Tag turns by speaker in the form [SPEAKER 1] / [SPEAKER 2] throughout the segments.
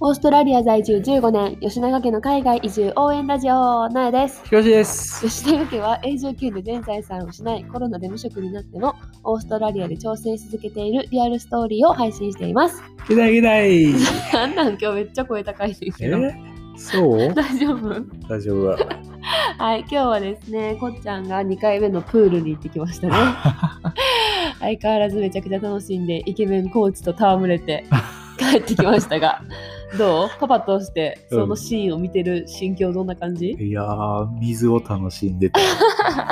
[SPEAKER 1] オーストラリア在住15年、吉永家の海外移住応援ラジオ、なえです。
[SPEAKER 2] ひろしです。
[SPEAKER 1] 吉永家は永住権で全財産を失い、コロナで無職になっても、オーストラリアで挑戦し続けているリアルストーリーを配信しています。
[SPEAKER 2] ギダギダい。
[SPEAKER 1] なんなん今日めっちゃ声高いねんけ
[SPEAKER 2] え
[SPEAKER 1] ど。
[SPEAKER 2] そ う
[SPEAKER 1] 大丈夫
[SPEAKER 2] 大丈夫だ。
[SPEAKER 1] はい、今日はですね、こっちゃんが2回目のプールに行ってきま したね。相変わらずめちゃくちゃ楽しんで、イケメンコーチと戯れ て帰ってきましたが、どうパパとしてそのシーンを見てる心境どんな感じ、
[SPEAKER 2] いやー、水を楽しんでた。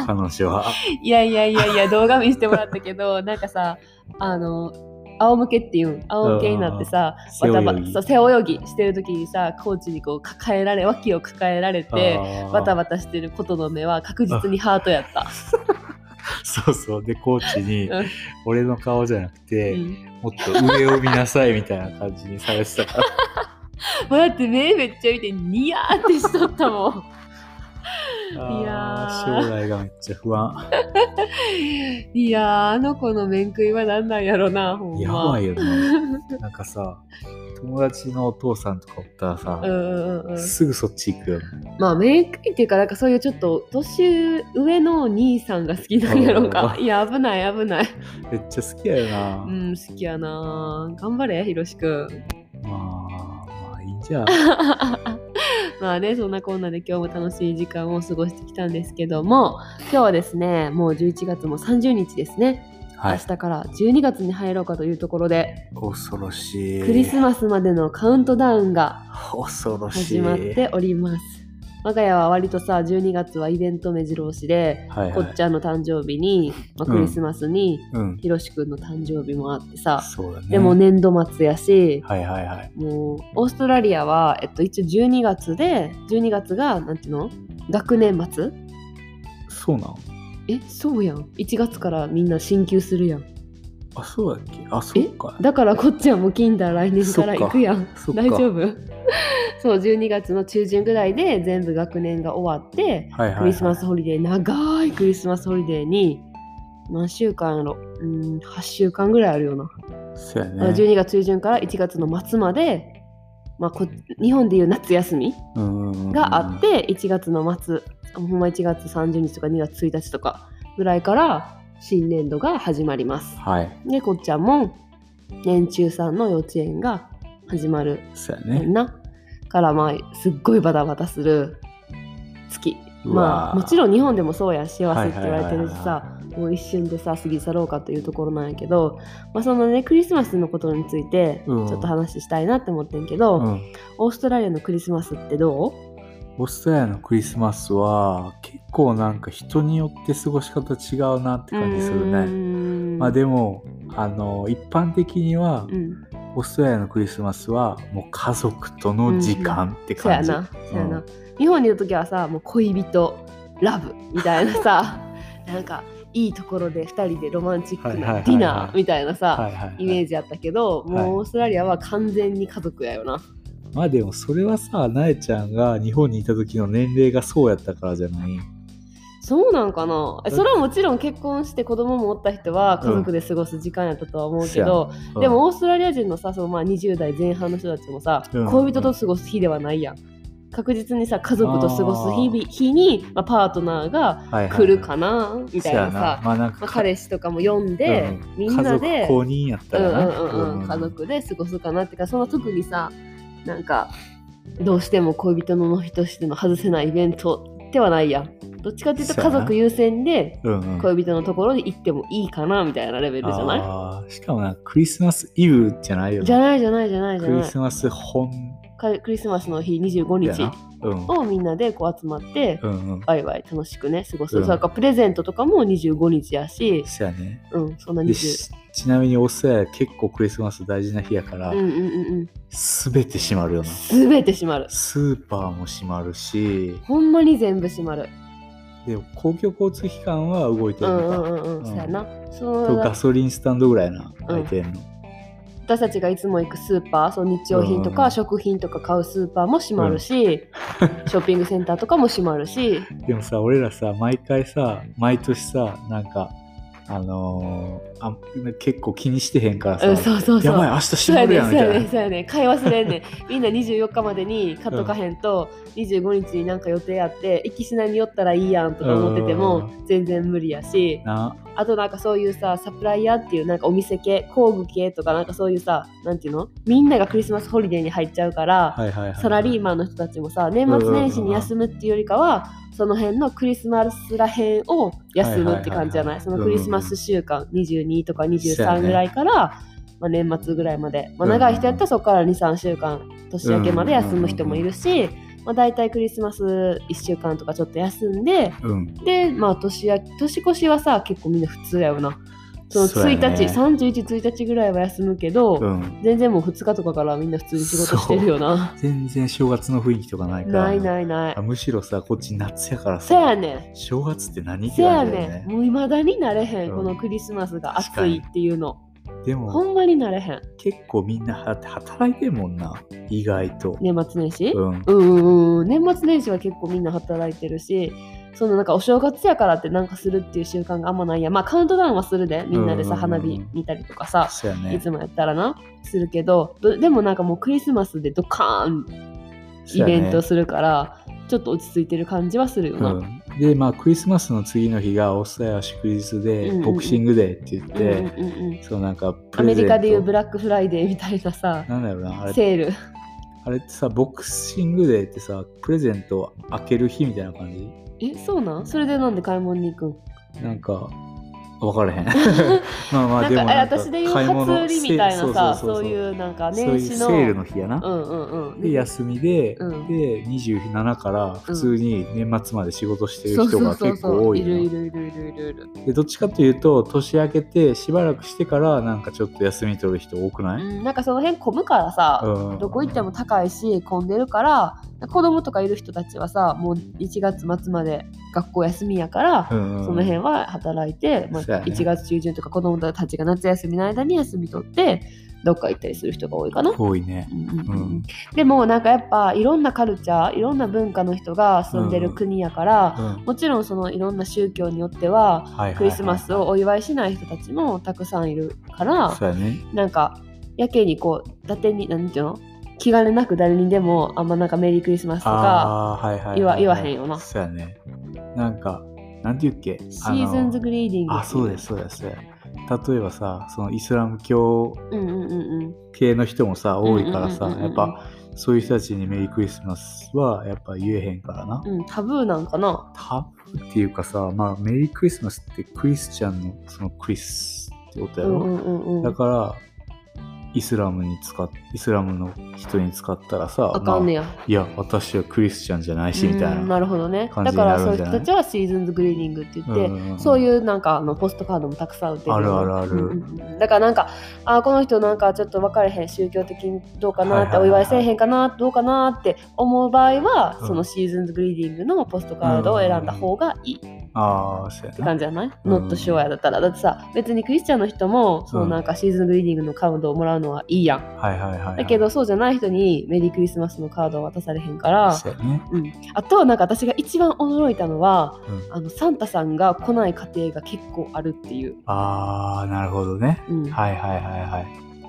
[SPEAKER 2] 彼女は。
[SPEAKER 1] いやいやいやいや、動画見せてもらったけど、なんかさ、あの、仰向けっていうん、仰向けになってさ、
[SPEAKER 2] 背
[SPEAKER 1] バタ
[SPEAKER 2] 泳
[SPEAKER 1] バ
[SPEAKER 2] ぎ
[SPEAKER 1] そう背泳ぎしてる時にさ、コーチにこう抱えられ、脇を抱えられて、
[SPEAKER 2] あー
[SPEAKER 1] バタバタしてることの目は確実にハートやった。
[SPEAKER 2] そうそう。で、コーチに
[SPEAKER 1] うん、
[SPEAKER 2] 俺の顔じゃなくて、
[SPEAKER 1] うん
[SPEAKER 2] もっと上を見なさいみたいな感じにされてたから。
[SPEAKER 1] もうだって目めっちゃ見て、ニヤーってしとったも ん。 いやー
[SPEAKER 2] あー将来がめっちゃ不安。
[SPEAKER 1] いやー、あの子の面食いは何なんやろな、ほんま。
[SPEAKER 2] やば
[SPEAKER 1] い。
[SPEAKER 2] いよね。なんかさ、友達のお父さんとかおったらさ
[SPEAKER 1] う、んうんうんうん。
[SPEAKER 2] すぐそっち行くよね。
[SPEAKER 1] まあ面食いっていうかなんかそういうちょっと年上のお兄さんが好きなんやろうか
[SPEAKER 2] う
[SPEAKER 1] いや危ない危ない
[SPEAKER 2] めっちゃ好きやよな。
[SPEAKER 1] うん好きやな頑張れひろしく ん
[SPEAKER 2] まあ、まあいいんじゃん。
[SPEAKER 1] まあねそんなこんなで今日も楽しい時間を過ごしてきたんですけども今日はですねもう11月も30日ですね、
[SPEAKER 2] はい
[SPEAKER 1] 明。日から12月に入ろうかというところで、
[SPEAKER 2] 恐ろしい。
[SPEAKER 1] クリスマスまでのカウントダウンが
[SPEAKER 2] 恐ろしい。
[SPEAKER 1] 始まっております我が家は割とさ12月はイベント目白押しで、
[SPEAKER 2] はいはい
[SPEAKER 1] こっちゃんの誕生日に、まあ
[SPEAKER 2] うん
[SPEAKER 1] クリスマスに、
[SPEAKER 2] うん。
[SPEAKER 1] ひろしくんの誕生日もあってさ、
[SPEAKER 2] そうだね。
[SPEAKER 1] でも。年度末やし、
[SPEAKER 2] はいはいはい。
[SPEAKER 1] もうオーストラリアは、えっと、一応12月で12月がなんていうの学年末
[SPEAKER 2] そうなの
[SPEAKER 1] えそうやん1月からみんな進級するやん
[SPEAKER 2] あ、そうだっけあ、そうか。
[SPEAKER 1] だからこっちはもう近代来年から行くやん
[SPEAKER 2] そっか
[SPEAKER 1] 大丈夫 そう12月の中旬ぐらいで全部学年が終わって、
[SPEAKER 2] はいはい、はい。
[SPEAKER 1] クリスマスホリデー、長いクリスマスホリデーに、何週間やろうーん、8週間ぐらいあるよな。
[SPEAKER 2] そうや
[SPEAKER 1] あの
[SPEAKER 2] ね。
[SPEAKER 1] 12月中旬から1月の末まで、まあ、こ日本でいう夏休み
[SPEAKER 2] うんうんうん
[SPEAKER 1] があっ。て、1月の末、ほんま1月30日とか2月1日とかぐらいから新年度が始まります。
[SPEAKER 2] はい。
[SPEAKER 1] で、こっちゃんも年中さんの幼稚園が始まる
[SPEAKER 2] そうや
[SPEAKER 1] ねん
[SPEAKER 2] ね。
[SPEAKER 1] な。からまあすっごいバタバタする月。
[SPEAKER 2] うわー
[SPEAKER 1] まあもちろん日本でもそうやん幸せって言われてるし
[SPEAKER 2] は
[SPEAKER 1] さもう一瞬でさ過ぎ去ろうかというところなんやけど、まあ、そのねクリスマスのことについてち
[SPEAKER 2] う
[SPEAKER 1] ょ
[SPEAKER 2] ん
[SPEAKER 1] っと話したいなって思ってんけど、
[SPEAKER 2] うん。
[SPEAKER 1] オーストラリアのクリスマスってどう
[SPEAKER 2] オーストラリアのクリスマスは結構なんか人によって過ごし方違うなって感じする
[SPEAKER 1] うー
[SPEAKER 2] ね。
[SPEAKER 1] ん
[SPEAKER 2] まあでも、あの、一般的には
[SPEAKER 1] う、ん
[SPEAKER 2] オーストラリアのクリスマスはもう家族との時間って
[SPEAKER 1] そうや
[SPEAKER 2] 感じ。
[SPEAKER 1] な、そうや
[SPEAKER 2] う。
[SPEAKER 1] なん日本にいる時はさ、もう恋人ラブみたいな さ、なんかいいところで二人でロマンチック
[SPEAKER 2] はいはいはい
[SPEAKER 1] な
[SPEAKER 2] は
[SPEAKER 1] いディナーみたいなさ、
[SPEAKER 2] はいはいはい
[SPEAKER 1] イメージあったけど、
[SPEAKER 2] はい
[SPEAKER 1] もうオーストラリアは完全に家族やよな。
[SPEAKER 2] まあでもそれはさ、なえちゃんが日本にいた時の年齢がそうやったからじゃない
[SPEAKER 1] そうなんかなえ
[SPEAKER 2] うん
[SPEAKER 1] それはもちろん結婚して子供もおった人は家族で過ごす時間やったとは思うけど、で、もオーストラリア人のさそのまあ20代前半の人たちもさ、
[SPEAKER 2] うん
[SPEAKER 1] 恋人と過ごす日ではないやん確実にさ家族と過ごす日々日に、まあ、パートナーが
[SPEAKER 2] うんはいはい
[SPEAKER 1] 来るかなみたいな
[SPEAKER 2] そ
[SPEAKER 1] さ
[SPEAKER 2] うや、まあなんか
[SPEAKER 1] まあ、
[SPEAKER 2] か
[SPEAKER 1] 彼氏とかも呼んで、
[SPEAKER 2] う
[SPEAKER 1] み
[SPEAKER 2] ん
[SPEAKER 1] んなで
[SPEAKER 2] 家族公認やったらな。
[SPEAKER 1] うんうんうんうん、家族で過ごすかなってかその特にさなんかどうしても恋人の日としての外せないイベントではないやんどっちかっていうと
[SPEAKER 2] そう
[SPEAKER 1] 家
[SPEAKER 2] やな
[SPEAKER 1] 族優先で
[SPEAKER 2] うんうん
[SPEAKER 1] 恋人のところに行ってもいいかなみたいなレベルじゃない
[SPEAKER 2] あーしかもな、クリスマスイブじゃないよね
[SPEAKER 1] じゃないじゃないじゃないじゃ
[SPEAKER 2] クリ
[SPEAKER 1] ない
[SPEAKER 2] スマス本
[SPEAKER 1] かクリスマスの日25
[SPEAKER 2] や
[SPEAKER 1] 日
[SPEAKER 2] な。うん。
[SPEAKER 1] をみんなでこう集まって、
[SPEAKER 2] うんうん。
[SPEAKER 1] ワイワイ楽しくね過ごす、
[SPEAKER 2] うん
[SPEAKER 1] それからプレゼントとかも25日やし、
[SPEAKER 2] そうやね。
[SPEAKER 1] うん、そんな
[SPEAKER 2] で
[SPEAKER 1] 20
[SPEAKER 2] しちなみにオーストラリア結構クリスマス大事な日やから
[SPEAKER 1] うん、うんうん
[SPEAKER 2] すべて閉まるよ
[SPEAKER 1] うん
[SPEAKER 2] な。
[SPEAKER 1] 全て閉まる
[SPEAKER 2] スーパーも閉まるし、
[SPEAKER 1] ほんまに全部閉まる
[SPEAKER 2] で公共交通機関は動いて
[SPEAKER 1] う
[SPEAKER 2] る
[SPEAKER 1] ん
[SPEAKER 2] の
[SPEAKER 1] う
[SPEAKER 2] か、
[SPEAKER 1] んうんうん、そうやな。そ
[SPEAKER 2] と
[SPEAKER 1] の
[SPEAKER 2] ガソリンスタンドぐらいな開いてんの、
[SPEAKER 1] 私たちがいつも行くスーパー、その日用品と
[SPEAKER 2] う
[SPEAKER 1] か
[SPEAKER 2] ん
[SPEAKER 1] 食品とか買うスーパーも閉まるし、ショッピングセン ターとかも閉まるし、
[SPEAKER 2] でもさ俺らさ毎回さ毎年さなんかあのーあ結構気にしてへんからさ、
[SPEAKER 1] うん、そうそうそ
[SPEAKER 2] や
[SPEAKER 1] う
[SPEAKER 2] ばい明日
[SPEAKER 1] そうや
[SPEAKER 2] 絞る
[SPEAKER 1] ね
[SPEAKER 2] やん
[SPEAKER 1] そう
[SPEAKER 2] みた
[SPEAKER 1] や
[SPEAKER 2] い
[SPEAKER 1] ね
[SPEAKER 2] な
[SPEAKER 1] そうやね買い忘れんねん みんな24日までに買っとかへんと、25日になんか予定あって行きしなに寄ったらいいやんとか思ってても全然無理やし
[SPEAKER 2] な
[SPEAKER 1] あとなんかそういうさサプライヤーっていうなんかお店系工具系とかなんかそういうさなんていうのみんながクリスマスホリデーに入っちゃうから、
[SPEAKER 2] はいはいはい
[SPEAKER 1] サラリーマンの人たちもさ年末年始に休むっていうよりかはその辺のクリスマスらへんを休むって感じじゃない,、
[SPEAKER 2] はいはいはいはい
[SPEAKER 1] そのクリスマス週間、22とか
[SPEAKER 2] そうや
[SPEAKER 1] 23
[SPEAKER 2] ね
[SPEAKER 1] ぐらいから、まあ、年末ぐらいまで、まあ、
[SPEAKER 2] うんうん
[SPEAKER 1] 長い人やったらそこから23週間年明けまで休む人もいるし、まあ、大体クリスマス1週間とかちょっと休んで
[SPEAKER 2] うん
[SPEAKER 1] で、まあ、年や年越しはさ結構みんな普通やよなその
[SPEAKER 2] そうや
[SPEAKER 1] 1
[SPEAKER 2] ね
[SPEAKER 1] 日、311日ぐらいは休むけど、
[SPEAKER 2] うん
[SPEAKER 1] 全然もう2日とかからみんな普通に仕事してるよな。
[SPEAKER 2] 全然正月の雰囲気とかないから
[SPEAKER 1] ないないない
[SPEAKER 2] あ。むしろさこっち夏やから
[SPEAKER 1] せ
[SPEAKER 2] さ
[SPEAKER 1] やね
[SPEAKER 2] 正月って
[SPEAKER 1] ん。
[SPEAKER 2] 何っ
[SPEAKER 1] せ
[SPEAKER 2] て感
[SPEAKER 1] や
[SPEAKER 2] じだよ
[SPEAKER 1] ね
[SPEAKER 2] ね
[SPEAKER 1] ん。もういまだになれへん、
[SPEAKER 2] うん
[SPEAKER 1] このクリスマスが
[SPEAKER 2] 確か
[SPEAKER 1] 暑
[SPEAKER 2] に
[SPEAKER 1] いっていうの。
[SPEAKER 2] で
[SPEAKER 1] ほ
[SPEAKER 2] も
[SPEAKER 1] んまになれへん。
[SPEAKER 2] 結構みんなは働いてるもんな意外と、
[SPEAKER 1] 年末年始、
[SPEAKER 2] うん
[SPEAKER 1] うん、うんうん。年末年始は結構みんな働いてるし、そのなんかお正月やからってなんかするっていう習慣があんまないやん。まあカウントダウンはするで、みんなでさ、
[SPEAKER 2] うんうんう
[SPEAKER 1] 花
[SPEAKER 2] ん
[SPEAKER 1] 火見たりとかさ、
[SPEAKER 2] そうや
[SPEAKER 1] い
[SPEAKER 2] ね
[SPEAKER 1] つもやったらな、するけど、どでもなんかもうクリスマスでドカーンイベントするから、ちょっと落ち着いてる感じはするよな。
[SPEAKER 2] うん、でまあクリスマスの次の日がオーストラリアは祝日で、
[SPEAKER 1] うんうん
[SPEAKER 2] ボクシングデーって言っ
[SPEAKER 1] うんうん
[SPEAKER 2] て、
[SPEAKER 1] うんうん
[SPEAKER 2] そうなんかプ
[SPEAKER 1] ア
[SPEAKER 2] レ
[SPEAKER 1] メ
[SPEAKER 2] ゼ
[SPEAKER 1] リ
[SPEAKER 2] ント
[SPEAKER 1] カでいうブラックフライデーみたいなさ、
[SPEAKER 2] なんだろうなあれ
[SPEAKER 1] セール。
[SPEAKER 2] あれってさボクシングデーってさプレゼントを開ける日みたいな感じ
[SPEAKER 1] え、そうなんそれでなんで買い物に行くん
[SPEAKER 2] なんか分から へんまあまあ
[SPEAKER 1] なん
[SPEAKER 2] で
[SPEAKER 1] か
[SPEAKER 2] も
[SPEAKER 1] え
[SPEAKER 2] なんか
[SPEAKER 1] 私で言う
[SPEAKER 2] 買い物
[SPEAKER 1] 初売りみたいなさ、
[SPEAKER 2] せ
[SPEAKER 1] そう
[SPEAKER 2] う
[SPEAKER 1] いうなんか
[SPEAKER 2] そういう
[SPEAKER 1] 年始の。
[SPEAKER 2] セールの日やな、
[SPEAKER 1] うんうんうん。
[SPEAKER 2] で休みで、
[SPEAKER 1] うん
[SPEAKER 2] で27から普通に年末まで仕事して
[SPEAKER 1] そ
[SPEAKER 2] る
[SPEAKER 1] うそ
[SPEAKER 2] 人が
[SPEAKER 1] うそう
[SPEAKER 2] 結
[SPEAKER 1] そう
[SPEAKER 2] 構多いよ
[SPEAKER 1] るい
[SPEAKER 2] な
[SPEAKER 1] るいるいるいるいる。
[SPEAKER 2] でどっちかというと年明けてしばらくしてからなんかちょっと休み取る人多く
[SPEAKER 1] う
[SPEAKER 2] ない、
[SPEAKER 1] ん、なんかその辺混むからさ、
[SPEAKER 2] うん
[SPEAKER 1] どこ行っても高いし混んでるから、子供とかいる人たちはさ、もう1月末まで学校休みやから、
[SPEAKER 2] うん
[SPEAKER 1] その辺は働いて、まあ、
[SPEAKER 2] そうやね
[SPEAKER 1] 1月中旬とか子供たちが夏休みの間に休み取ってどっか行ったりする人が多いかな。
[SPEAKER 2] 多いね
[SPEAKER 1] うんうんうん
[SPEAKER 2] うん
[SPEAKER 1] でもなんかやっぱいろんなカルチャーいろんな文化の人が住んでる国やから、
[SPEAKER 2] うん
[SPEAKER 1] もちろんそのいろんな宗教によっては
[SPEAKER 2] はいはいはい
[SPEAKER 1] クリスマスをお祝いしない人たちもたくさんいるから、
[SPEAKER 2] そうやね
[SPEAKER 1] なんかやけにこう伊達に何ていうの気兼ねなく誰にでもあんまなんかメリークリスマスとか
[SPEAKER 2] あーはいはいはいはい
[SPEAKER 1] 言わ言わへんよな
[SPEAKER 2] そうやねなんかなんて言うっけ
[SPEAKER 1] シーズンズ
[SPEAKER 2] あの
[SPEAKER 1] グリーディング
[SPEAKER 2] あそうですそうですそうや例えばさそのイスラム教
[SPEAKER 1] うんうんうんうん
[SPEAKER 2] 系の人もさ多いからさ
[SPEAKER 1] うんうんうんうん
[SPEAKER 2] やっぱそういう人たちにメリークリスマスはやっぱ言えへんからな、
[SPEAKER 1] うんタブーなんかな
[SPEAKER 2] タブーっていうかさまあメリークリスマスってクリスチャンのそのクリスってことや
[SPEAKER 1] うん
[SPEAKER 2] ろ、
[SPEAKER 1] うんうんう
[SPEAKER 2] だ
[SPEAKER 1] ん
[SPEAKER 2] からイスラムに使っイスラムの人に使ったらさ
[SPEAKER 1] あかんねや、
[SPEAKER 2] まあいや私はクリスチャンじゃないしみたいな,、
[SPEAKER 1] うんなるほどね
[SPEAKER 2] 感じ
[SPEAKER 1] だ
[SPEAKER 2] に
[SPEAKER 1] か
[SPEAKER 2] な
[SPEAKER 1] ら
[SPEAKER 2] る
[SPEAKER 1] そうんい
[SPEAKER 2] じ
[SPEAKER 1] う
[SPEAKER 2] ゃな
[SPEAKER 1] 人
[SPEAKER 2] い
[SPEAKER 1] たちはシーズンズグリーディングって言って、そういうなんかあのポストカードもたくさん売ってる
[SPEAKER 2] あるあるある
[SPEAKER 1] うんうんうんだからなんかあーこの人なんかちょっと分かれへん宗教的にどうかなって
[SPEAKER 2] は
[SPEAKER 1] お
[SPEAKER 2] いはいはい
[SPEAKER 1] 祝いせえへんかなどうかなって思う場合は、
[SPEAKER 2] うん
[SPEAKER 1] そのシーズンズグリーディングのポストカードを選んだ方がいいって
[SPEAKER 2] ああそうやな
[SPEAKER 1] 感じじゃない、
[SPEAKER 2] うん
[SPEAKER 1] ノットシュアやだったらだってさ別にクリスチャンの人もそのなんかシーズンズグリーディングのカードをもらうのはいいやん
[SPEAKER 2] はいはいはいはい、
[SPEAKER 1] だけどそうじゃない人にメリークリスマスのカードを渡されへんから、
[SPEAKER 2] そうやね
[SPEAKER 1] うん、あとなんか私が一番驚いたのは、
[SPEAKER 2] うん
[SPEAKER 1] あのサンタさんが来ない家庭が結構あるっていう、
[SPEAKER 2] ああなるほどね
[SPEAKER 1] うん
[SPEAKER 2] はいはいはいはい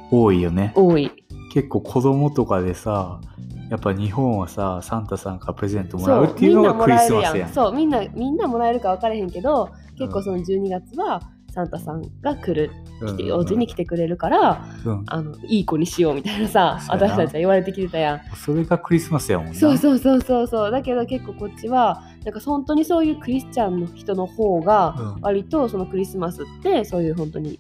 [SPEAKER 2] 多いよね
[SPEAKER 1] 多い
[SPEAKER 2] 結構子供とかでさやっぱ日本はさサンタさんからプレゼントもら
[SPEAKER 1] そうう
[SPEAKER 2] ってい
[SPEAKER 1] み
[SPEAKER 2] うん
[SPEAKER 1] な
[SPEAKER 2] のが
[SPEAKER 1] も
[SPEAKER 2] クリ
[SPEAKER 1] らえ
[SPEAKER 2] ス
[SPEAKER 1] る
[SPEAKER 2] マ
[SPEAKER 1] や
[SPEAKER 2] スや
[SPEAKER 1] ん
[SPEAKER 2] ん
[SPEAKER 1] そうみんなみんなもらえるか分からへんけど結構
[SPEAKER 2] うん
[SPEAKER 1] その12月はサンタさんが来る
[SPEAKER 2] うん
[SPEAKER 1] 来てお家に来てくれるから
[SPEAKER 2] うん
[SPEAKER 1] あのいい子にしようみたいなさ
[SPEAKER 2] そうやな
[SPEAKER 1] 私たちは言われてきてたやん
[SPEAKER 2] それがクリスマスやもんな
[SPEAKER 1] そうそうそうそうそうだけど結構こっちはなんか本当にそういうクリスチャンの人の方が、
[SPEAKER 2] うん
[SPEAKER 1] 割とそのクリスマスってそういう本当に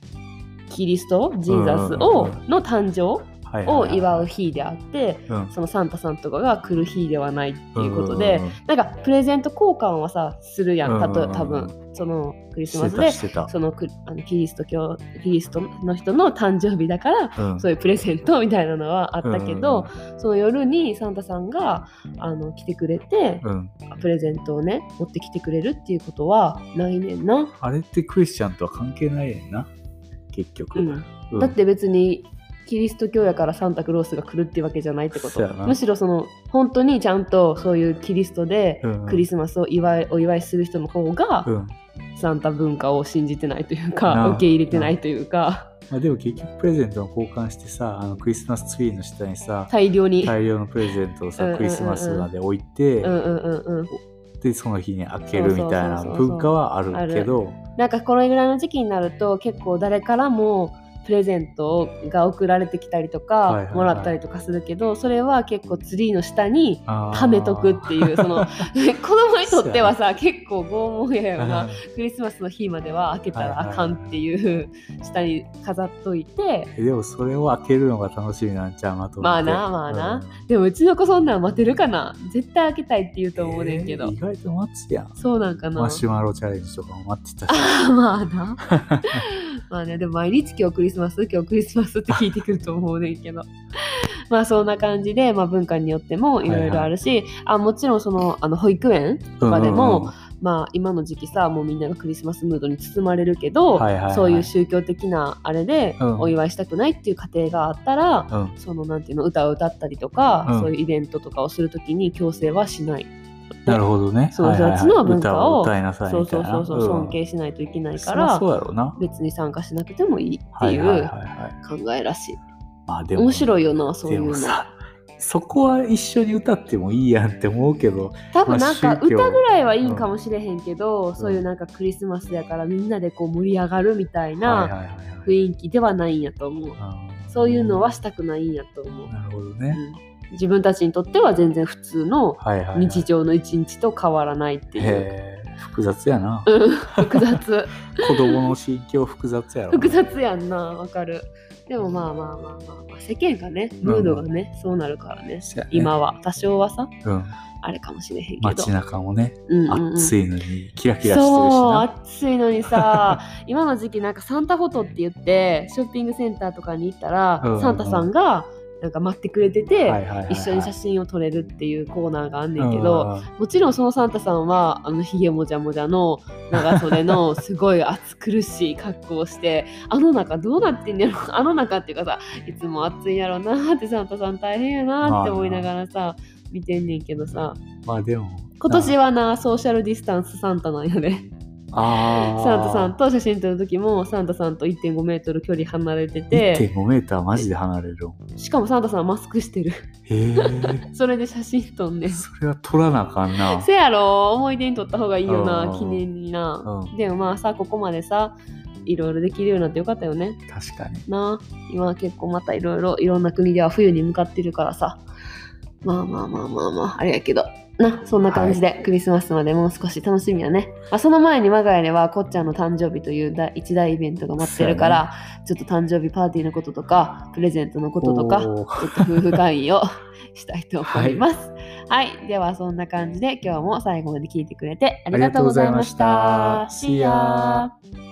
[SPEAKER 1] キリストジーザス
[SPEAKER 2] う
[SPEAKER 1] を
[SPEAKER 2] んうん
[SPEAKER 1] の誕生
[SPEAKER 2] はいはい
[SPEAKER 1] を
[SPEAKER 2] はい
[SPEAKER 1] 祝う日であって
[SPEAKER 2] うん
[SPEAKER 1] そのサンタさんとかが来る日ではないっていうこと
[SPEAKER 2] ん
[SPEAKER 1] で
[SPEAKER 2] んん
[SPEAKER 1] なんかプレゼント交換はさするやんた
[SPEAKER 2] うんうん
[SPEAKER 1] と
[SPEAKER 2] うん
[SPEAKER 1] 多分そのクリスマ
[SPEAKER 2] し
[SPEAKER 1] ス
[SPEAKER 2] てた
[SPEAKER 1] で
[SPEAKER 2] してた
[SPEAKER 1] そのクあのキリスト教キリストの人の誕生日だから
[SPEAKER 2] うん
[SPEAKER 1] そういうプレゼントみたいなのはあったけどその夜にサンタさんがあの来てくれて
[SPEAKER 2] うんうん
[SPEAKER 1] プレゼントをね持ってきてくれるっていうことはないねんな。
[SPEAKER 2] あれってクリスチャンとは関係ないやんな結局
[SPEAKER 1] うん
[SPEAKER 2] うん
[SPEAKER 1] だって別にキリスト教やからサンタクロースが来るっていうわけじゃないってこ
[SPEAKER 2] そう
[SPEAKER 1] と
[SPEAKER 2] やな
[SPEAKER 1] むしろその本当にちゃんとそういうキリストで
[SPEAKER 2] うん
[SPEAKER 1] クリスマスを祝いお祝いする人の方が
[SPEAKER 2] うん
[SPEAKER 1] サンタ文化を信じてないという
[SPEAKER 2] な
[SPEAKER 1] か
[SPEAKER 2] あ
[SPEAKER 1] 受け入れてないというか
[SPEAKER 2] まあ、でも結局プレゼントを交換してさあのクリスマスツリーの下にさ
[SPEAKER 1] 大量に。
[SPEAKER 2] 大量のプレゼント
[SPEAKER 1] うんうん
[SPEAKER 2] を
[SPEAKER 1] う
[SPEAKER 2] さ
[SPEAKER 1] ん
[SPEAKER 2] クリスマスまで置いて、
[SPEAKER 1] うんうんうんうん、
[SPEAKER 2] でその日に開けるみたいな
[SPEAKER 1] そうそうそうそう
[SPEAKER 2] 文化はあるけど
[SPEAKER 1] なんかこれぐらいの時期になると結構誰からもプレゼントが送られてきたりとか、
[SPEAKER 2] はいはいはい
[SPEAKER 1] もらったりとかするけどそれは結構ツリーの下に
[SPEAKER 2] あー
[SPEAKER 1] 貯めとくっていうそ の子供にとってはさ結構拷問やよなクリスマスの日までは開けたらあかんっていう下に飾っといて
[SPEAKER 2] えでもそれを開けるのが楽しみなんちゃうなと思って
[SPEAKER 1] まあなまあなでもうちの子そんなん待てるかな絶対開けたいって言うと思うねんけど、
[SPEAKER 2] えー意外と待つやん
[SPEAKER 1] そうなんかな
[SPEAKER 2] マシュマロチャレンジとかも待ってたし
[SPEAKER 1] まあなまあねでも毎日今日クリスマス今日クリスマスって聞いてくると思うねんけどまあそんな感じで、まあ、文化によってもいろいろあるし、あもちろんそのあの保育園とかでも、
[SPEAKER 2] うんうんうん
[SPEAKER 1] まあ今の時期さもうみんながクリスマスムードに包まれるけど、
[SPEAKER 2] はいはいはい
[SPEAKER 1] そういう宗教的なあれで
[SPEAKER 2] うん
[SPEAKER 1] お祝いしたくないっていう家庭があったら、
[SPEAKER 2] うん
[SPEAKER 1] そのなんていうの歌を歌ったりとか、
[SPEAKER 2] うん
[SPEAKER 1] そういうイベントとかをするときに強制はしない。
[SPEAKER 2] なるほどね
[SPEAKER 1] そう
[SPEAKER 2] はいはいはい
[SPEAKER 1] そっちの文化を
[SPEAKER 2] 歌を歌いなさい
[SPEAKER 1] そう
[SPEAKER 2] みた
[SPEAKER 1] そ
[SPEAKER 2] いうな
[SPEAKER 1] そうそう、
[SPEAKER 2] ん
[SPEAKER 1] 尊敬しないといけないか
[SPEAKER 2] そりゃ
[SPEAKER 1] ら
[SPEAKER 2] そうやろうな
[SPEAKER 1] 別に参加しなくてもいいって
[SPEAKER 2] はいいはいはいうはい
[SPEAKER 1] 考えらしい。
[SPEAKER 2] まあでも
[SPEAKER 1] 面白いよなそうい
[SPEAKER 2] で
[SPEAKER 1] う
[SPEAKER 2] も
[SPEAKER 1] の。
[SPEAKER 2] さそこは一緒に歌ってもいいやんって思うけど
[SPEAKER 1] 多分なん
[SPEAKER 2] ま
[SPEAKER 1] か
[SPEAKER 2] あ宗教
[SPEAKER 1] 歌ぐらいはいいんかもしれへんけど、そういうなんかクリスマスやからみんなでこう盛り上がるみたい
[SPEAKER 2] はい
[SPEAKER 1] な
[SPEAKER 2] はいはいはい
[SPEAKER 1] 雰囲気ではないんやと思う。
[SPEAKER 2] あー
[SPEAKER 1] そういうのはしたくないんやと思う。
[SPEAKER 2] なるほど
[SPEAKER 1] う
[SPEAKER 2] ね
[SPEAKER 1] ん自分たちにとっては全然普通の
[SPEAKER 2] はいはいはい
[SPEAKER 1] 日常の一日と変わらないっていう。
[SPEAKER 2] へー複雑やな
[SPEAKER 1] うん複雑
[SPEAKER 2] 子供の心境複雑やろ
[SPEAKER 1] 複雑やんなわかるでもまあまあまあまあ、まあ、世間がねムードがね、そうなるからね
[SPEAKER 2] そうやね
[SPEAKER 1] 今は多少はさ
[SPEAKER 2] うん
[SPEAKER 1] あれかもしれへんけど
[SPEAKER 2] 街中もね
[SPEAKER 1] うんうんうん
[SPEAKER 2] 暑いのにキラキラしてるし
[SPEAKER 1] そう
[SPEAKER 2] な
[SPEAKER 1] 暑いのに さ今の時期なんかサンタフォトって言ってショッピングセンターとかに行ったら、
[SPEAKER 2] うんうんうん
[SPEAKER 1] サンタさんがなんか待ってくれてて、
[SPEAKER 2] はいはいはいはい
[SPEAKER 1] 一緒に写真を撮れるっていうコーナーがあんねんけ
[SPEAKER 2] う
[SPEAKER 1] ど、
[SPEAKER 2] んうんうん
[SPEAKER 1] もちろんそのサンタさんはあのひげもじゃもじゃの長袖 のすごい暑苦しい格好をしてあの中どうなってんねやろあの中っていうかさいつも暑いんやろなってサンタさん大変やなって思いながらさ見てんねんけどさ
[SPEAKER 2] まあでも
[SPEAKER 1] 今年はなソーシャルディスタンスサンタなんよね。
[SPEAKER 2] あー
[SPEAKER 1] サンタさんと写真撮る時もサンタさんと1.5メートル距離離れてて
[SPEAKER 2] 1.5メーターマジで離れるもん
[SPEAKER 1] しかもサンタさんはマスクしてる
[SPEAKER 2] へ
[SPEAKER 1] それで写真撮んね
[SPEAKER 2] え
[SPEAKER 1] ん
[SPEAKER 2] それは取らなあかんな
[SPEAKER 1] せやろ思い出に撮った方がいいよ
[SPEAKER 2] う
[SPEAKER 1] なん記念にな
[SPEAKER 2] うん
[SPEAKER 1] でもまあさここまでさいろいろできるようになってよかったよね
[SPEAKER 2] 確かに
[SPEAKER 1] なあ今結構またいろいろいろんな国では冬に向かってるからさまあまあまあまあまああれやけどなそんな感じでクリスマスまでもう少し楽しみやね、あその前に我が家ではこっちゃんの誕生日という大一大イベントが待ってるから、ちょっと誕生日パーティーのこととかプレゼントのこととかちょ
[SPEAKER 2] おー
[SPEAKER 1] っと夫婦会議をしたいと思いますはい、ではそんな感じで今日も最後まで聞いてくれてありがとうございました
[SPEAKER 2] ありがとうございました
[SPEAKER 1] See ya